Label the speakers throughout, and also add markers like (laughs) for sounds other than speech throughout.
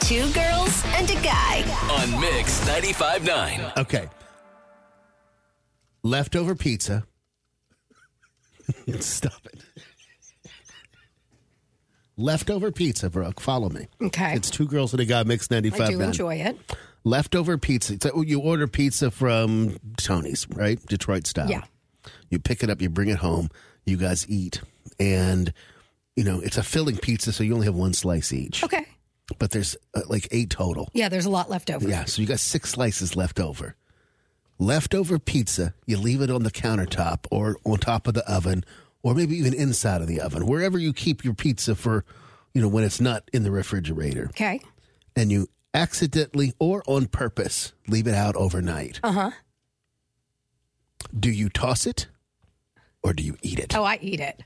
Speaker 1: Two girls and a guy.
Speaker 2: on Mix 95.9.
Speaker 3: Okay. Leftover pizza. (laughs) Stop it. Leftover pizza, Brooke. Follow me.
Speaker 4: Okay.
Speaker 3: It's two girls and a guy mixed 95.
Speaker 4: I do
Speaker 3: nine.
Speaker 4: enjoy it.
Speaker 3: Leftover pizza. So you order pizza from Tony's, right? Detroit style.
Speaker 4: Yeah.
Speaker 3: You pick it up, you bring it home, you guys eat. And, you know, it's a filling pizza, so you only have one slice each.
Speaker 4: Okay.
Speaker 3: But there's uh, like eight total.
Speaker 4: Yeah, there's a lot left over.
Speaker 3: Yeah, so you got six slices left over. Leftover pizza, you leave it on the countertop or on top of the oven or maybe even inside of the oven, wherever you keep your pizza for, you know, when it's not in the refrigerator.
Speaker 4: Okay.
Speaker 3: And you accidentally or on purpose leave it out overnight.
Speaker 4: Uh huh.
Speaker 3: Do you toss it or do you eat it?
Speaker 4: Oh, I eat it.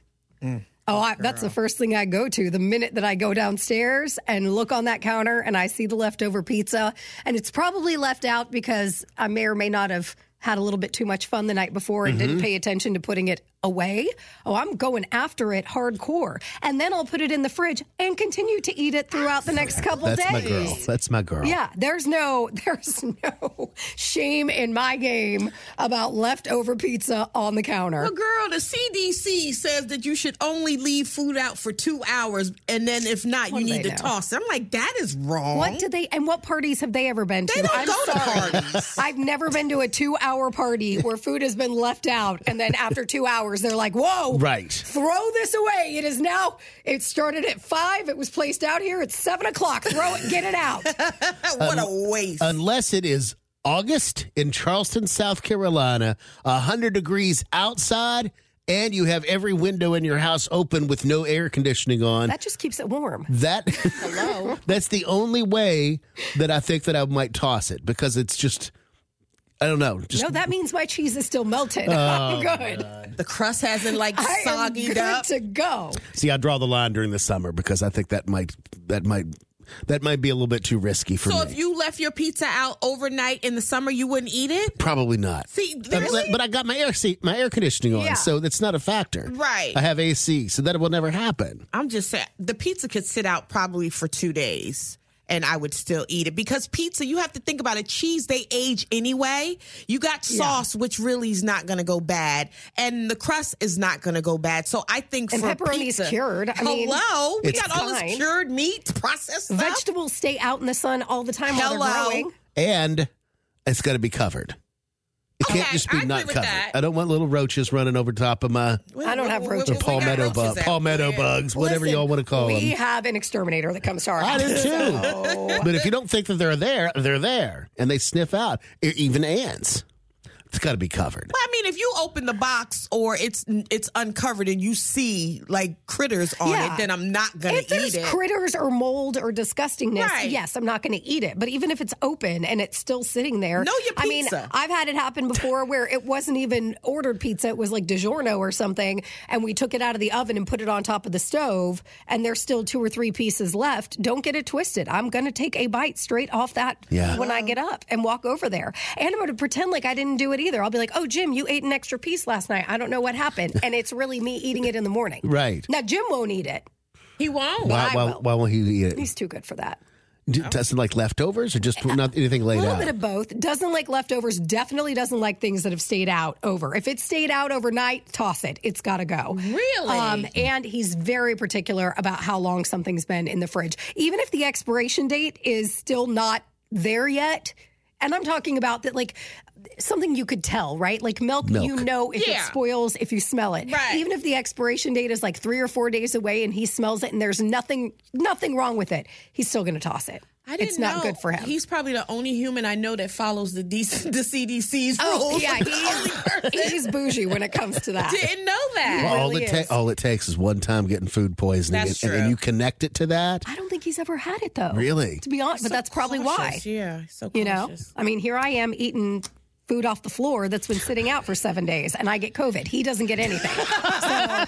Speaker 4: Oh, I, that's the first thing I go to the minute that I go downstairs and look on that counter and I see the leftover pizza. And it's probably left out because I may or may not have had a little bit too much fun the night before and
Speaker 3: Mm-hmm.
Speaker 4: didn't pay attention to putting it away. Oh, I'm going after it hardcore. And then I'll put it in the fridge and continue to eat it throughout the next couple
Speaker 3: That's
Speaker 4: days.
Speaker 3: my girl. That's my girl.
Speaker 4: Yeah, there's no (laughs) there's no shame in my game about leftover pizza on the counter.
Speaker 5: Well, girl, the CDC says that you should only leave food out for two hours, and then if not,
Speaker 4: What
Speaker 5: you
Speaker 4: do
Speaker 5: need
Speaker 4: they
Speaker 5: to
Speaker 4: know?
Speaker 5: toss. it. I'm like, that is wrong.
Speaker 4: What do they and what parties have they ever been to?
Speaker 5: They don't
Speaker 4: I'm
Speaker 5: go to
Speaker 4: sorry.
Speaker 5: parties. (laughs)
Speaker 4: I've never been to a two hour party where food has been left out and then after two hours they're like, Whoa,
Speaker 3: Right.
Speaker 4: throw this away. It is now it started at five, it was placed out here at seven o'clock. Throw it, get it
Speaker 5: (laughs)
Speaker 4: out.
Speaker 5: what a waste.
Speaker 3: unless it is August in Charleston, South Carolina, 100 degrees outside, and you have every window in your house open with no air conditioning on.
Speaker 4: that just keeps it warm.
Speaker 3: That (laughs) that's the only way that I think that I might toss it because it's just I don't know. Just
Speaker 4: No, that means my cheese is still melted. (laughs) I'm good.
Speaker 5: the crust hasn't like
Speaker 4: I am
Speaker 5: Oh, uh, soggied
Speaker 4: good
Speaker 5: up.
Speaker 4: to go.
Speaker 3: see, I draw the line during the summer because I think that might that might that might be a little bit too risky for
Speaker 5: So
Speaker 3: me.
Speaker 5: if you left your pizza out overnight in the summer, you wouldn't eat it.
Speaker 3: Probably not.
Speaker 5: See,
Speaker 3: But-
Speaker 5: really?
Speaker 3: But I got my air seat, my air conditioning on,
Speaker 4: Yeah.
Speaker 3: so that's not a factor.
Speaker 5: Right.
Speaker 3: I have AC, so that will never happen.
Speaker 5: I'm just saying the pizza could sit out probably for two days. And I would still eat it because pizza, you have to think about it. Cheese, they age anyway. You got sauce, which really is not going to go bad. And the crust is not going to go bad. So I think
Speaker 4: And
Speaker 5: for
Speaker 4: pepperoni's
Speaker 5: pizza,
Speaker 4: cured. I mean,
Speaker 5: hello. We
Speaker 3: It's
Speaker 5: got all
Speaker 4: fine.
Speaker 5: this cured meat, processed stuff.
Speaker 4: Vegetables stay out in the sun all the time while they're
Speaker 5: Hello.
Speaker 4: growing.
Speaker 3: and it's got to be covered. It can't
Speaker 5: Okay,
Speaker 3: just
Speaker 5: I
Speaker 3: be
Speaker 5: agree
Speaker 3: not
Speaker 5: with
Speaker 3: covered.
Speaker 5: that.
Speaker 3: I don't want little roaches running over top of my
Speaker 5: Where-
Speaker 4: I don't
Speaker 5: where-
Speaker 4: have
Speaker 5: where-
Speaker 4: roaches.
Speaker 3: or
Speaker 5: where- where we got
Speaker 3: palmetto
Speaker 5: roaches
Speaker 3: bug,
Speaker 5: at?
Speaker 3: palmetto
Speaker 5: Where?
Speaker 3: bugs, whatever
Speaker 4: Listen,
Speaker 3: y'all want to call
Speaker 4: We
Speaker 3: them.
Speaker 4: have an exterminator that comes to our
Speaker 3: I
Speaker 4: (laughs) house.
Speaker 3: do too. but if you don't think that they're there, they're there, and they sniff out e- even ants. It's got to be covered.
Speaker 5: Well, I mean, if you open the box or it's it's uncovered and you see like critters on
Speaker 4: Yeah.
Speaker 5: it, then I'm not gonna
Speaker 4: If there's
Speaker 5: eat it.
Speaker 4: critters or mold or disgustingness,
Speaker 5: Right.
Speaker 4: yes, I'm not going to eat it. But even if it's open and it's still sitting there,
Speaker 5: Know your
Speaker 4: I mean,
Speaker 5: pizza.
Speaker 4: I've had it happen before where it wasn't even ordered pizza; it was like DiGiorno or something, and we took it out of the oven and put it on top of the stove, and there's still two or three pieces left. Don't get it twisted. I'm going to take a bite straight off that
Speaker 3: Yeah.
Speaker 4: when I get up and walk over there, and I'm going to pretend like I didn't do it either. I'll be like, "Oh, Jim, you ate an extra piece last night. I don't know what happened," and it's really me eating it in the morning.
Speaker 3: Right.
Speaker 4: Now Jim won't eat it.
Speaker 5: He won't.
Speaker 3: Why,
Speaker 4: Oh, I
Speaker 3: why,
Speaker 4: will.
Speaker 3: why won't he eat it?
Speaker 4: He's too good for that.
Speaker 3: D- Doesn't like leftovers or just not anything
Speaker 4: A
Speaker 3: laid
Speaker 4: little
Speaker 3: out?
Speaker 4: bit of both. Doesn't like leftovers. Definitely doesn't like things that have stayed out over. If it stayed out overnight, toss it. It's got to go.
Speaker 5: Really?
Speaker 4: Um, and he's very particular about how long something's been in the fridge, even if the expiration date is still not there yet. And I'm talking about that, like something you could tell, right? Like milk, you
Speaker 3: Milk.
Speaker 4: know if it
Speaker 5: Yeah.
Speaker 4: spoils if you smell it.
Speaker 5: Right.
Speaker 4: Even if the expiration date is like three or four days away, and he smells it, and there's nothing, nothing wrong with it, he's still going to toss it.
Speaker 5: I didn't
Speaker 4: it's not
Speaker 5: know.
Speaker 4: good for him.
Speaker 5: He's probably the only human I know that follows the, D- (laughs) the CDC's
Speaker 4: Oh
Speaker 5: rules.
Speaker 4: yeah,
Speaker 5: The
Speaker 4: (laughs)
Speaker 5: only person.
Speaker 4: he's, he's bougie when it comes to that.
Speaker 5: (laughs) didn't know that.
Speaker 3: Well, all, oh.
Speaker 4: really
Speaker 3: it ta-
Speaker 4: is.
Speaker 3: all it takes is one time getting food poisoning,
Speaker 5: That's
Speaker 3: and, and then
Speaker 5: true.
Speaker 3: you connect it to that.
Speaker 4: I don't think he's ever had it though.
Speaker 3: Really?
Speaker 4: To be honest, but that's probably why.
Speaker 5: Cautious, Yeah, so
Speaker 4: You know,
Speaker 5: cautious.
Speaker 4: I mean, here I am eating food off the floor that's been sitting out for seven days, and I get COVID. He doesn't get anything. so